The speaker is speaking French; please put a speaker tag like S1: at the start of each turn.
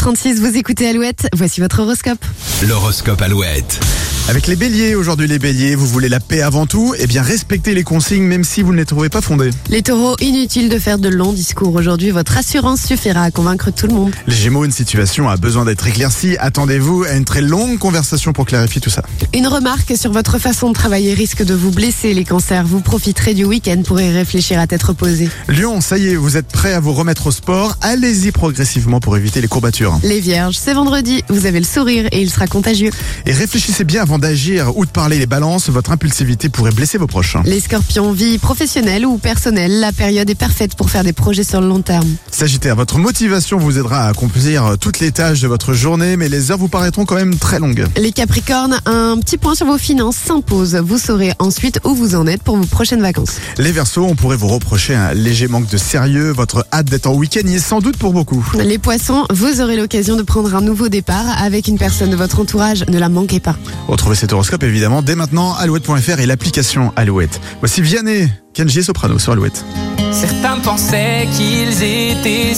S1: 8h36, vous écoutez Alouette, voici votre horoscope.
S2: L'horoscope Alouette.
S3: Avec les béliers, aujourd'hui les béliers, vous voulez la paix avant tout, eh bien respectez les consignes même si vous ne les trouvez pas fondées.
S1: Les taureaux, inutile de faire de longs discours aujourd'hui, votre assurance suffira à convaincre tout le monde.
S3: Les gémeaux, une situation a besoin d'être éclaircie, attendez-vous à une très longue conversation pour clarifier tout ça.
S1: Une remarque sur votre façon de travailler risque de vous blesser, les cancers, vous profiterez du week-end pour y réfléchir à tête reposée.
S3: Lyon, ça y est, vous êtes prêt à vous remettre au sport, allez-y progressivement pour éviter les courbatures.
S1: Les vierges, c'est vendredi, vous avez le sourire et il sera contagieux.
S3: Et réfléchissez bien avant d'agir ou de parler les balances, votre impulsivité pourrait blesser vos proches.
S1: Les scorpions, vie professionnelle ou personnelle, la période est parfaite pour faire des projets sur le long terme.
S3: Sagittaire, votre motivation vous aidera à accomplir toutes les tâches de votre journée, mais les heures vous paraîtront quand même très longues.
S1: Les capricornes, un petit point sur vos finances s'impose, vous saurez ensuite où vous en êtes pour vos prochaines vacances.
S3: Les Verseaux, on pourrait vous reprocher un léger manque de sérieux, votre hâte d'être en week-end y est sans doute pour beaucoup.
S1: Les poissons, vous aurez l'occasion de prendre un nouveau départ avec une personne de votre entourage, ne la manquez pas.
S3: Retrouvez cet horoscope évidemment dès maintenant, alouette.fr et l'application Alouette. Voici Vianney, Kenji et Soprano sur Alouette.
S4: Certains pensaient qu'ils étaient